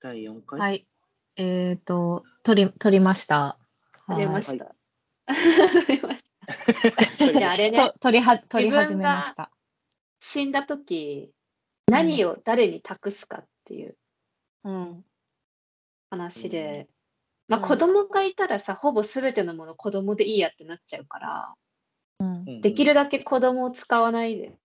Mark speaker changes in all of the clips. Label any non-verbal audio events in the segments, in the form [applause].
Speaker 1: 第4回。
Speaker 2: はい。えっ、と、取り、取りました。
Speaker 3: 取れまし
Speaker 1: は
Speaker 3: た。 [laughs] 取れました。
Speaker 1: 取
Speaker 3: い
Speaker 1: り
Speaker 3: や
Speaker 1: まし
Speaker 3: あ
Speaker 1: た
Speaker 3: れね
Speaker 2: と、取りは、取り
Speaker 3: 自分が
Speaker 2: 始めました。
Speaker 3: 死んだ時何を誰に託すかっていう
Speaker 2: うん。
Speaker 3: 話で、
Speaker 2: うん
Speaker 3: まあ、子供がいたらさほぼ全てのもの子供でいいやってなっちゃうから
Speaker 2: うん。
Speaker 1: うん
Speaker 3: できるだけ子供を使わないで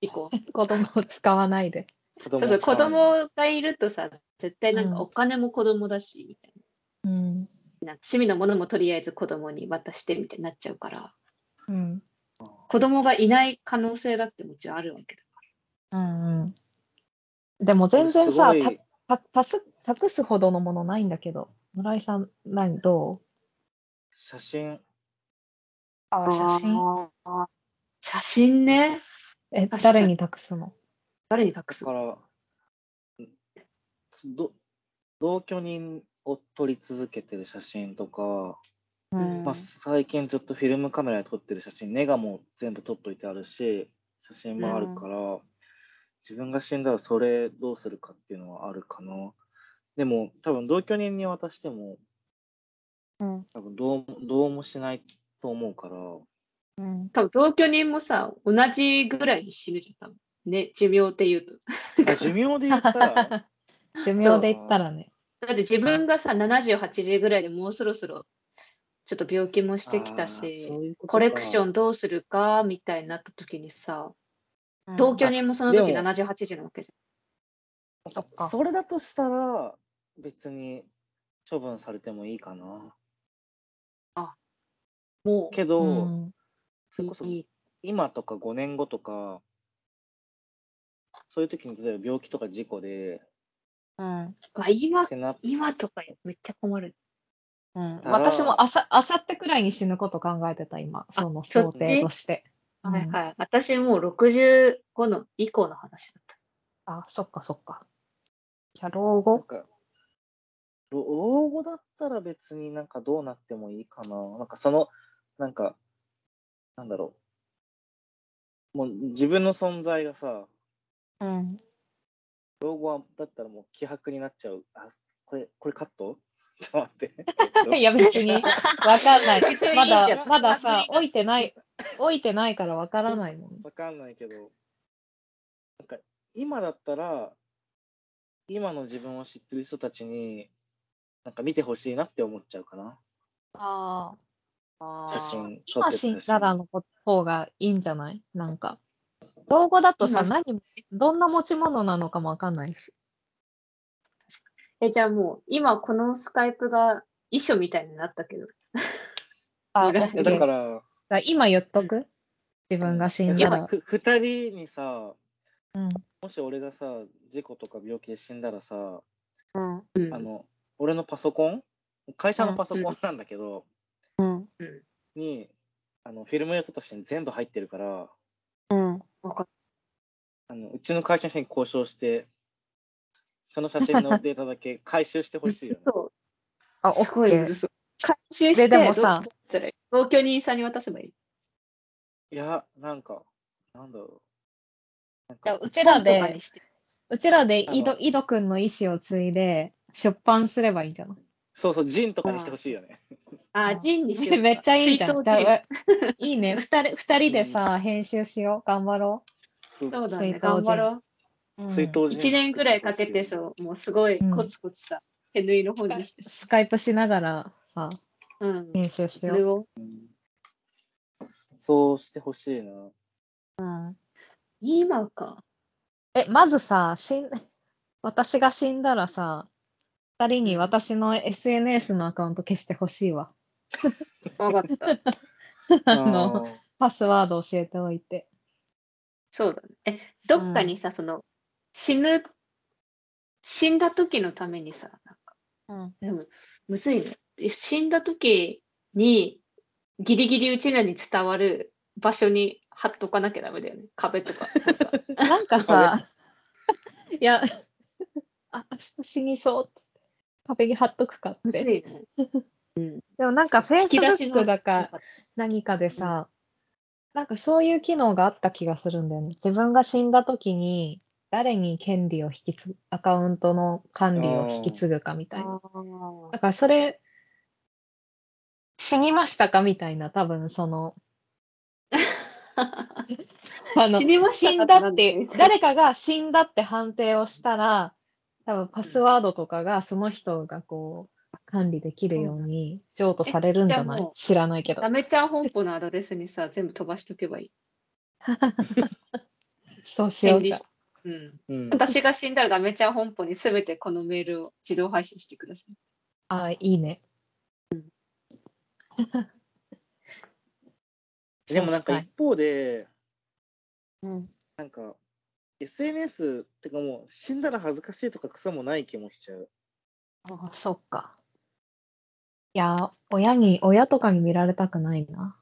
Speaker 3: いこう。
Speaker 2: [laughs] 子供を使わないで。
Speaker 1: 子
Speaker 3: そう
Speaker 1: 供
Speaker 3: そう
Speaker 1: を使
Speaker 3: 子
Speaker 1: わない
Speaker 3: 供がいるとさ絶対なん
Speaker 2: うん
Speaker 3: かお金も子供だし、みたいな
Speaker 2: うん。
Speaker 3: なんか趣味のものもとりあえず子供に渡してみたいになっちゃうから
Speaker 2: うん。
Speaker 3: 子供がいない可能性だってもちろんあるわけだ
Speaker 2: うんうん。でも全然さ
Speaker 1: す、ごい
Speaker 2: た、た、パス、託すほどのものないんだけど。村井さん、何、どう。
Speaker 1: 写真。
Speaker 2: あ写真。
Speaker 3: あー写真ね
Speaker 2: え、
Speaker 3: 確かに
Speaker 2: 誰に託すの。
Speaker 3: 誰に託
Speaker 1: だ
Speaker 3: す
Speaker 1: から、うんど同居人を撮り続けてる写真とか、
Speaker 3: うん
Speaker 1: まあ、最近ずっとフィルムカメラで撮ってる写真、ネガも全部撮っといてあるし、写真もあるから、自分が死んだらそれどうするかっていうのはあるかな。でも、多分同居人に渡しても、
Speaker 2: うん。
Speaker 1: 多分どうどうもしないと思うから、
Speaker 2: うん。
Speaker 3: 多分同居人もさ同じぐらいに死ぬじゃん多分ね寿命っていうと
Speaker 1: あ寿命で言ったら、
Speaker 2: 寿命で言ったらね。
Speaker 3: だって自分がさ7080ぐらいでもうそろそろちょっと病気も [laughs] してきた
Speaker 1: あー
Speaker 3: し
Speaker 1: そういうことか
Speaker 3: コレクションどうするかみたいになった時にさ同居人もその
Speaker 1: あで
Speaker 3: 時
Speaker 1: も
Speaker 3: 7080なわけじ
Speaker 2: そっか。
Speaker 1: それだとしたら、別に処分されてもいいかな。
Speaker 3: ゃんもう
Speaker 1: けど、
Speaker 2: うん
Speaker 1: それこそ
Speaker 3: いい
Speaker 1: 今とか5年後とか、そういう時に例えば病気とか事故で、
Speaker 2: うん。
Speaker 3: わ今
Speaker 1: ってなっ
Speaker 3: 今とかめっちゃ困る
Speaker 2: うん、
Speaker 1: たら
Speaker 2: 私もあさあさってくらいに死ぬこと考えてた今その
Speaker 3: そっ
Speaker 2: 想
Speaker 3: ち
Speaker 2: 定として、うん
Speaker 3: はいはい。私もう65の以降の話だっ
Speaker 2: あそっかそっかじゃあ老
Speaker 1: なん
Speaker 2: 後
Speaker 1: か、老後だったら別になんかどうなってもいいかな。なんかその、なんか、なんだろう。もう自分の存在がさ、
Speaker 2: うん
Speaker 1: 老後はだったらもう希薄になっちゃう。あ、これ、これカット [laughs] ちょっと待って。
Speaker 2: [laughs] [laughs] いや別にわかんない
Speaker 3: に
Speaker 2: ま
Speaker 3: いいじゃ
Speaker 2: だ
Speaker 3: ん
Speaker 2: まださ置いてない置いてないからわからないもん
Speaker 1: わかんないけど、なんか今だったら、今の自分を知ってる人たちに、なんか見てほしいなって思っちゃうかな。
Speaker 2: あ
Speaker 3: た。
Speaker 1: 写真撮っ
Speaker 2: 今
Speaker 1: て
Speaker 2: 死ん
Speaker 1: る
Speaker 2: だらの方がいいんじゃないなんか老後だとさ
Speaker 3: 今
Speaker 2: 何もどんな持ち物なのかもわかんないし
Speaker 3: え、じゃあもう、今このスカイプが遺書みたいになったけど、
Speaker 2: あ
Speaker 3: いや
Speaker 1: いやだからら、
Speaker 2: 今言っとく自分が死ん
Speaker 1: い
Speaker 2: だ
Speaker 1: や
Speaker 2: ら、
Speaker 1: ふ二人にさ、
Speaker 2: うん
Speaker 1: もし俺がさ、事故とか病気で死んだらさ、
Speaker 2: うん
Speaker 3: うん
Speaker 1: あの、俺のパソコン会社のパソコンなんだけど、
Speaker 2: うん
Speaker 1: に、あの、フィルム用として全部入ってるから、
Speaker 2: うん
Speaker 3: わかっ
Speaker 1: あのうちの会社の人に交渉して、その写真のデータだけ [laughs] 回収してほしいよね。
Speaker 3: そう。
Speaker 2: あ、
Speaker 3: すごい
Speaker 2: OK
Speaker 3: むずそう。回収して、
Speaker 2: ででもさ
Speaker 3: どどうしたらいい同居人さんに渡せばいい。
Speaker 1: いや、なんか、なんだろう。
Speaker 2: じ
Speaker 1: な
Speaker 2: ゃあ
Speaker 1: んか
Speaker 2: うちら
Speaker 3: 本とかに
Speaker 2: で、
Speaker 3: して。
Speaker 2: うちらで
Speaker 1: あの
Speaker 2: 井戸井戸くんの意思を継いで出版すればいいんじゃない
Speaker 1: そうそう、ジンとかにしてほしいよね。
Speaker 3: あ、ジンにしよう。
Speaker 2: めっちゃいいじゃん。
Speaker 3: 水筒ジン
Speaker 2: だからいいね。二人二人でさ、編集しよう。頑張ろ
Speaker 1: そう
Speaker 3: そうだ
Speaker 2: 水筒、ジン
Speaker 3: ね頑張ろ
Speaker 2: う。
Speaker 1: 水
Speaker 2: うん
Speaker 1: 筒
Speaker 3: う。
Speaker 1: ジン。
Speaker 3: 一年ぐらいかけて、
Speaker 1: う。
Speaker 3: そう、もうすごいコツコツさ、手縫いの方にして。
Speaker 2: スカイプしながらさ、
Speaker 3: うん。
Speaker 2: 編集しよう。
Speaker 3: 縫おう
Speaker 1: そうしてほしいな。
Speaker 2: うん
Speaker 3: 今か。
Speaker 2: え、まずさ、死ん私が死んだらさ、二人に私の SNS のアカウント消してほしいわ。
Speaker 3: わかった。
Speaker 2: あの、
Speaker 1: ー
Speaker 2: パスワード教えておいて。
Speaker 3: そうだね。え、どっかにさ、その、死ぬ、死んだ時のためにさ、なんか、
Speaker 2: うん。
Speaker 3: でも、むずいね。え死んだ時に、ギリギリうちらに伝わる場所に貼っとかなきゃダメだよね。壁とか。なんか
Speaker 2: なんかさ、いや、あ、明日死にそうって。壁に貼っとくかっ
Speaker 3: [laughs] むず
Speaker 2: て。
Speaker 3: いね。
Speaker 2: でもなんか
Speaker 3: 引き出し
Speaker 2: Facebook
Speaker 3: の
Speaker 2: だか何かでさ、なんかそういう機能があった気がするんだよね。自分が死んだ時に、誰に権利を引き継ぐ、アカウントの管理を引き継ぐかみたいな。だからそれ、死にましたかみたいな、多分その、 [laughs] あの
Speaker 3: 死にま
Speaker 2: 死
Speaker 3: し
Speaker 2: ん
Speaker 3: た
Speaker 2: だ
Speaker 3: か
Speaker 2: っ
Speaker 3: ってて、
Speaker 2: 誰かが死んだって判定をしたら、多分パスワードとかがその人がこう、管理できるように譲渡されるんじゃな
Speaker 3: えじゃあ
Speaker 2: い
Speaker 3: もう
Speaker 2: 知らないけど
Speaker 3: ダ。メちゃん本舗のアドレスにさ、全部飛ばしとけばいい。
Speaker 2: そうしよう
Speaker 3: 便利
Speaker 2: じゃあ。
Speaker 3: うん、
Speaker 1: うん、
Speaker 3: 私が死んだらダメちゃん本舗にすべてこのメールを自動配信してください。
Speaker 2: あー、いいね。
Speaker 1: でもなんか
Speaker 2: そうしたい
Speaker 1: 一方で、
Speaker 2: うん、
Speaker 1: なんか SNS ってかもう死んだら恥ずかしいとか草もない気もしちゃう。
Speaker 2: あーそっか。いやー、親に、親とかに見られたくないな。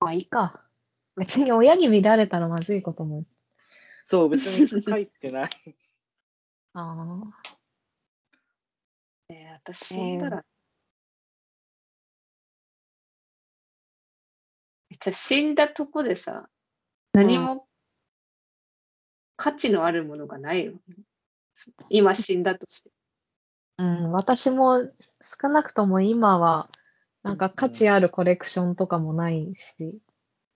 Speaker 2: まあいいか。別に親に見られたらまずいことも。
Speaker 1: そう、別に書いてない。
Speaker 2: ああ。
Speaker 3: えー私死んだら。じゃあ死んだとこでさ、何も価値のあるものがないよね。今死んだとして。
Speaker 2: うん、私も少なくとも今は、なんか価値あるコレクションとかもないし、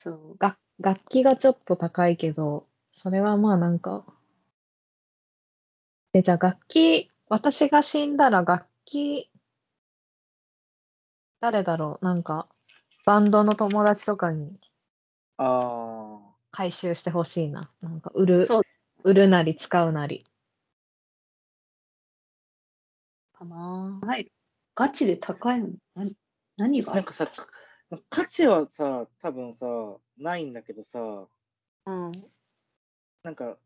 Speaker 3: そう。
Speaker 2: 楽楽器がちょっと高いけど、それはまあなんか。で、じゃあ楽器、私が死んだら楽器、誰だろう、なんか、バンドの友達とかに
Speaker 1: ああ。
Speaker 2: 回収してほしいな。なんか、売る
Speaker 3: そう、
Speaker 2: 売るなり使うなり。
Speaker 3: かなぁはい。ガチで高いの何何が
Speaker 1: なんかさ、価値はさ、多分さ、ないんだけどさ、
Speaker 3: うん、
Speaker 1: なんか、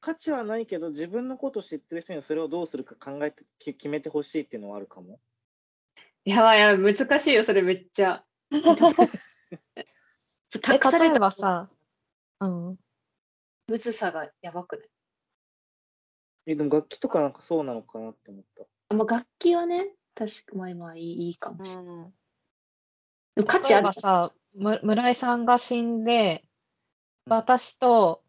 Speaker 1: 価値はないけど、自分のこと知ってる人にそれをどうするか考えて、き決めてほしいっていうのはあるかも。
Speaker 3: やばいやばい、難しいよ、それめっち
Speaker 2: [laughs]
Speaker 3: ゃ。
Speaker 2: え、
Speaker 3: 託され
Speaker 2: 例え
Speaker 3: た
Speaker 2: ばさ、うん。
Speaker 3: むずさがやばくない
Speaker 1: え、でも楽器とかなんかそうなのかなって思った。
Speaker 3: あまあ、楽器はね、確かまあ今いいいいかもしれない。でも価値
Speaker 2: 例え
Speaker 3: あ
Speaker 2: ば
Speaker 3: る。
Speaker 2: さ、む村井さんが死んで、
Speaker 1: うん
Speaker 2: 私と、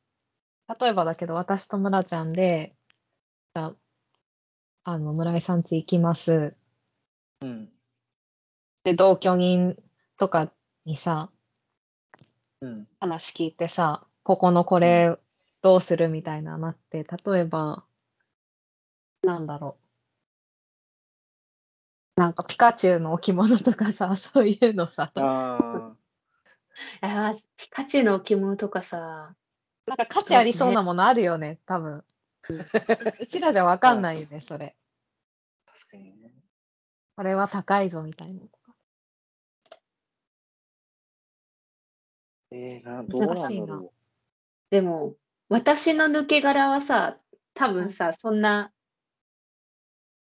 Speaker 2: 例えばだけど、私と村ちゃんで、ああの村井さん家行きます。
Speaker 1: うん。
Speaker 2: で、同居人とかにさ、
Speaker 1: うん。
Speaker 2: 話聞いてさ、ここのこれどうするみたいななって、例えば、なんだろう。なんかピカチュウの置物とかさ、 [laughs] そういうのさ、なん
Speaker 1: ああ。
Speaker 3: あーピカチュウの置物とかさ、
Speaker 2: か価値ありそうなものあるよね、多分。うちらじゃわかんないよね、それ。
Speaker 1: 確かにね。
Speaker 2: これは高いぞみたいな。
Speaker 1: えー、などうなんだ
Speaker 2: 難しいな
Speaker 1: ろ
Speaker 3: でも、私の抜け殻はさ、多分さ、そんな、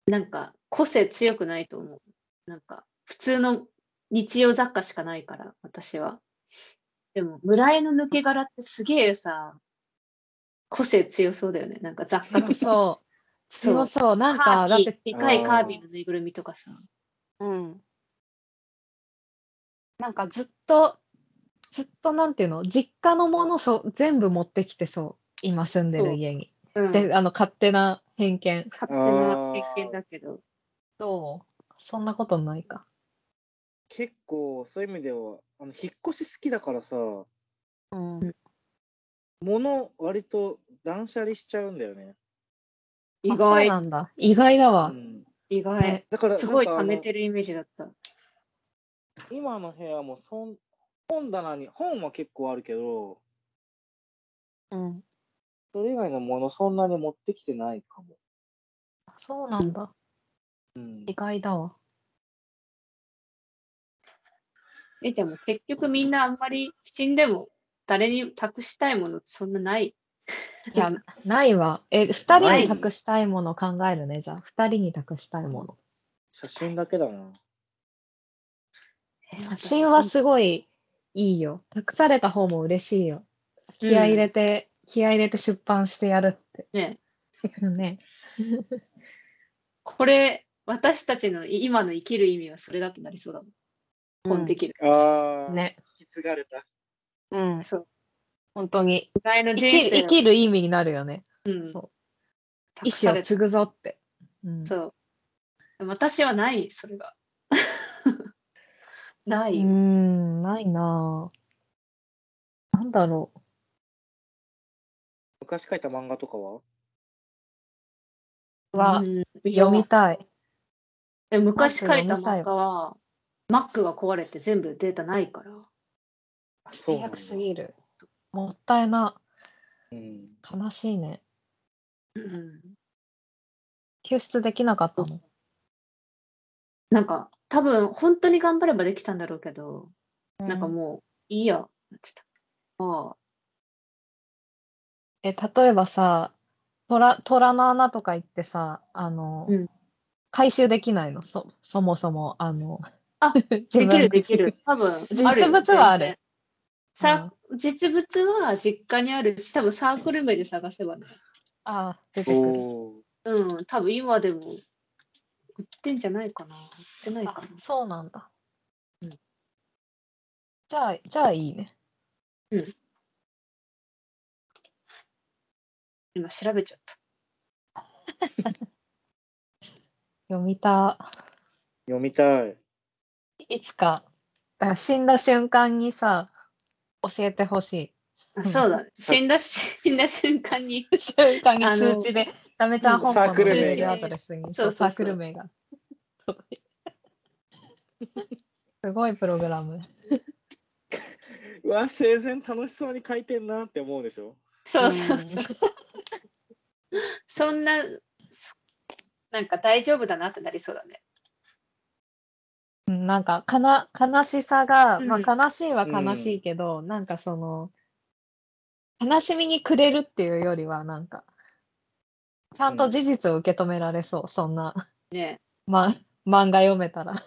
Speaker 3: なんか、個性強くないと思う。なんか、普通の日用雑貨しかないから、私は。でも、村井の抜け殻ってすげえさ、個性強そうだよね。なんか雑貨とか。
Speaker 2: [laughs] そう。強そう。なん
Speaker 3: カ
Speaker 2: か、だ
Speaker 3: ー
Speaker 2: っ
Speaker 3: ビィ
Speaker 2: て、
Speaker 3: でかいカービィのぬいぐるみとかさ。
Speaker 2: うん。なんかずっと、ずっとなんていうの、実家のものそう全部持ってきてそう。今住んで
Speaker 3: そ
Speaker 2: る
Speaker 3: う
Speaker 2: 家に。
Speaker 3: うん、勝
Speaker 2: で、あの、勝手な偏見。
Speaker 3: 手な経験だけど。
Speaker 2: どうそんなことないか。
Speaker 1: う。結構、そういう意味では、あの引っ越し好きだからさ、
Speaker 2: うん。
Speaker 1: 物割と断捨離しちゃうんだよね。
Speaker 3: 意
Speaker 2: そう
Speaker 3: 外、
Speaker 2: なんだ。意外だ
Speaker 1: う
Speaker 2: わ。
Speaker 1: ん、
Speaker 3: 意外
Speaker 2: ね。
Speaker 1: だから
Speaker 3: すごい
Speaker 1: なんか
Speaker 3: 溜
Speaker 1: あの
Speaker 3: めてるイメージだった。
Speaker 1: 今の部屋もそん本棚に本は結構あるけど
Speaker 2: うん。
Speaker 1: それ以外のものそんなに持ってきてないかも、
Speaker 2: そうなんだ。
Speaker 1: うん
Speaker 2: 意、外だわ。
Speaker 3: えいちゃんも結局みんなあんまり死んでも誰に託したいものってそんなない。
Speaker 2: いや、ないわ。え、二人
Speaker 1: な
Speaker 2: に
Speaker 1: い
Speaker 2: 託したいもの考えるね、じゃあ。二人に託したいもの。
Speaker 1: 写真だけだな
Speaker 2: 写真はすごいいいよ。託された方も嬉しいよ。気合い入れて、気合い入れて出版してやるって。
Speaker 3: ね。
Speaker 2: ね。
Speaker 3: これ、私たちのい今の生きる意味はそれだとなりそうだもん。本できる。
Speaker 1: あー
Speaker 2: ね。
Speaker 1: 引き継がれた
Speaker 2: うん。
Speaker 3: そう。
Speaker 2: 本当に
Speaker 3: お前の
Speaker 2: 生きる
Speaker 3: 人生
Speaker 2: 生きる意味になるよね。
Speaker 3: うん
Speaker 2: そう意
Speaker 3: 託
Speaker 2: 志
Speaker 3: さ
Speaker 2: を
Speaker 3: れ
Speaker 2: 継ぐぞって。うん
Speaker 3: そう。でも私はない、それが。 [laughs] な
Speaker 2: う
Speaker 3: い。
Speaker 2: ーん、ないなぁ。なんだろう。
Speaker 1: 昔書いた漫画とかは
Speaker 2: は
Speaker 3: うん
Speaker 2: 読みたい。
Speaker 3: で昔書い
Speaker 2: ま
Speaker 3: た
Speaker 2: ず読みたい
Speaker 3: 漫画は、Mac が壊れて全部データないから。
Speaker 1: あそうなんだ
Speaker 2: 早すぎる。もったいな。
Speaker 1: うん、
Speaker 2: 悲しいね。
Speaker 3: うん
Speaker 2: 救出できなかったもん。
Speaker 3: なんか、多分本当に頑張ればできたんだろうけど、なんか
Speaker 2: うん
Speaker 3: もう、いいや、なっちゃった。ああ、
Speaker 2: え、例えばさ、虎、虎の穴とか行ってさ、あの、
Speaker 3: うん
Speaker 2: 回収できないの。そ、そもそも、あの、
Speaker 3: あ
Speaker 2: [laughs] 自分
Speaker 3: できる、でき [laughs] る。。多分
Speaker 2: 実
Speaker 3: あるよ
Speaker 2: 物はある
Speaker 3: 全然さ、実物は実家にあるし、多分サークル名で探せばね。
Speaker 2: ああ、出てくる。
Speaker 1: おー
Speaker 3: うん、多分今でも売ってんじゃないかな。売ってないか
Speaker 2: あ
Speaker 3: な。
Speaker 2: そうなんだ。
Speaker 3: うん
Speaker 2: じゃあ、じゃあいいね。
Speaker 3: 今調べちゃった。
Speaker 2: 読みた。
Speaker 1: 読みたい。
Speaker 2: いつか、だから死んだ瞬間にさ、教えてほし
Speaker 3: あそうだ、ね、
Speaker 1: さ
Speaker 3: 死んだし、 [laughs] 死んだ瞬間に。
Speaker 2: い。瞬間に
Speaker 3: [laughs] あの
Speaker 2: 数値で、ダメちゃん本
Speaker 1: サー
Speaker 2: 舗の
Speaker 1: ク
Speaker 2: 数
Speaker 1: ル名が
Speaker 2: 値アドレスに、
Speaker 3: そうそうそう
Speaker 2: サークル
Speaker 3: [laughs]
Speaker 2: 名が。すごいプログラム。
Speaker 1: うわ、生前楽しそうに書いてんなって思うでしょ。
Speaker 3: そうそうそう。そんな、そなんか大丈夫だなってなりそうだね。
Speaker 2: うんなんかかな、悲しさが、
Speaker 3: うん
Speaker 2: まあ、悲しいは悲しいけど、なんかその、悲しみにくれるっていうよりは、なんか、ちゃんと事実を受け止められそう、そんな、
Speaker 3: ね
Speaker 2: ま、漫画読めたら。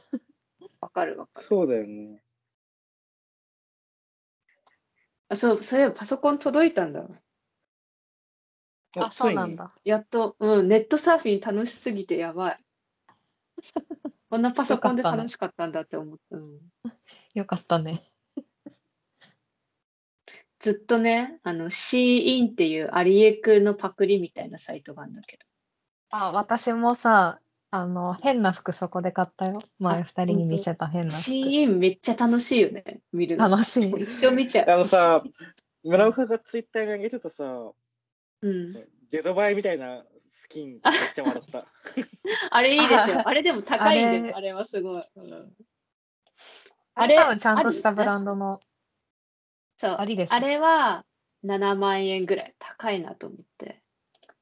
Speaker 3: わかるわかる
Speaker 1: そうだよね。
Speaker 3: あ。そう、そういえばパソコン届いたんだ。
Speaker 1: お
Speaker 2: あ、そうなん。だ。
Speaker 3: やっと、うん、ネットサーフィン楽しすぎてや
Speaker 2: [laughs]
Speaker 3: ばい。こんなパソコンで
Speaker 2: よかったね
Speaker 3: 楽しかったんだって思った。うん
Speaker 2: よかったね。
Speaker 3: ずっとね、あの、シーインっていうアリエクのパクリみたいなサイトがあるんだけど。
Speaker 2: あ、私もさ、あの、変な服そこで買ったよ。前
Speaker 3: あ
Speaker 2: 二人に見せた変な
Speaker 3: シ
Speaker 2: 服。
Speaker 3: ーインめっちゃ楽しいよね、見るの。
Speaker 2: 楽しい。
Speaker 3: 一生見ちゃう。
Speaker 1: あのさ、村岡がツイッターに上げてたさ、
Speaker 3: うん、
Speaker 1: ゲドバイみたいなスキンめっちゃ笑った。 [laughs]
Speaker 3: あれいいでしょ。
Speaker 2: あ
Speaker 3: あれでも高いんだ
Speaker 2: あれ
Speaker 3: よ、あれはすごい。うん
Speaker 2: あれ
Speaker 3: あ
Speaker 2: 多
Speaker 3: れ
Speaker 2: 分ちゃんとしたブランドの
Speaker 3: そう
Speaker 2: ありでしょ。
Speaker 3: あれは7万円ぐらい高いなと思って。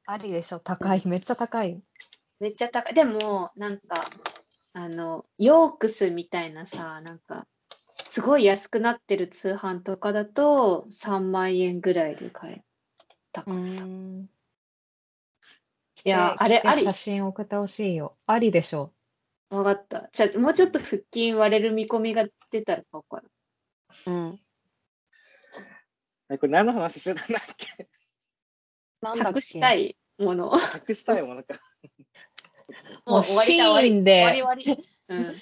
Speaker 2: ありでしょ。高い。めっちゃ高い。
Speaker 3: めっちゃ高い。でも、なんか、あの、ヨークスみたいなさ、なんか、すごい安くなってる通販とかだと3万円ぐらいで買えたか
Speaker 2: う
Speaker 3: な。
Speaker 2: ん。
Speaker 3: いや、あれ、あり
Speaker 2: 写。真送ってほしいよ。ありでしょ。
Speaker 3: わかった。じゃあ、もうちょっと腹筋割れる見込みが出たら買おうかな。
Speaker 2: うん。
Speaker 1: えこれ何の話してたんだっけ
Speaker 2: なんだっ
Speaker 3: 託
Speaker 2: け
Speaker 3: したいもの。もう
Speaker 1: 隠したいもの
Speaker 2: [laughs]
Speaker 1: か。
Speaker 2: もう
Speaker 3: 終わり
Speaker 2: シ
Speaker 3: だ終
Speaker 2: ー
Speaker 3: わり。
Speaker 2: ン
Speaker 3: 終わり
Speaker 2: で、
Speaker 3: 終わり。うん。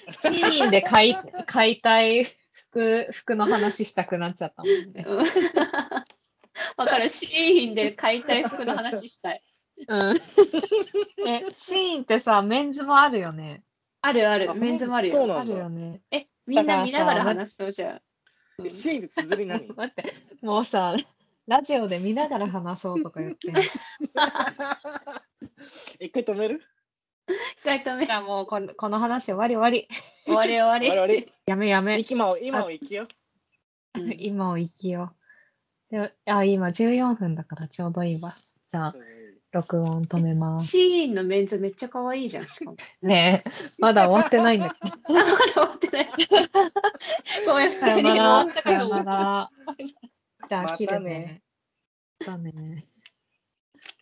Speaker 2: シーンで買
Speaker 3: [laughs]
Speaker 2: い、買いたい服、服の話したくなっちゃったもんね。
Speaker 3: うんわかる。シーンで買いたい服の話したい。
Speaker 2: うん。え、 [laughs] シーンってさ、メンズもあるよね。
Speaker 3: あるあ
Speaker 1: あ
Speaker 3: る。メンズもある
Speaker 1: そう
Speaker 3: よ。
Speaker 1: なんだ
Speaker 2: あるよね。
Speaker 3: え、みんな見ながら
Speaker 2: だから
Speaker 3: 話そうじゃん。うん
Speaker 1: シーンで綴り
Speaker 2: [laughs]
Speaker 1: 何
Speaker 2: 待って、もうさ、ラジオで見ながら話そうとか言ってんの。じ
Speaker 1: 一回止める
Speaker 3: 一回止め。
Speaker 2: ゃあもうこのこの話終わり終わり。
Speaker 3: 終わり終わ
Speaker 1: 我
Speaker 3: り。
Speaker 1: 々、
Speaker 2: [laughs] やめやめ。
Speaker 1: 今を、今を生きよう。
Speaker 3: うん
Speaker 2: 今を生きよう。であ、今14分だからちょうどいいわ。じゃあ、録音止めます。
Speaker 3: シーンのメンズめっちゃ可愛いじゃん。しかも。
Speaker 2: ねえ、まだ終わってないんだけど。
Speaker 3: あまだ終わってない。
Speaker 2: [laughs]
Speaker 3: ごめん、普
Speaker 2: さよ
Speaker 3: 通に終
Speaker 2: な
Speaker 3: わ
Speaker 2: ら、
Speaker 3: っ
Speaker 2: さ
Speaker 3: た
Speaker 2: [laughs]
Speaker 3: かと
Speaker 2: よな
Speaker 3: 思った。
Speaker 2: ら。じゃあ、切る
Speaker 1: またね
Speaker 2: ね。またね。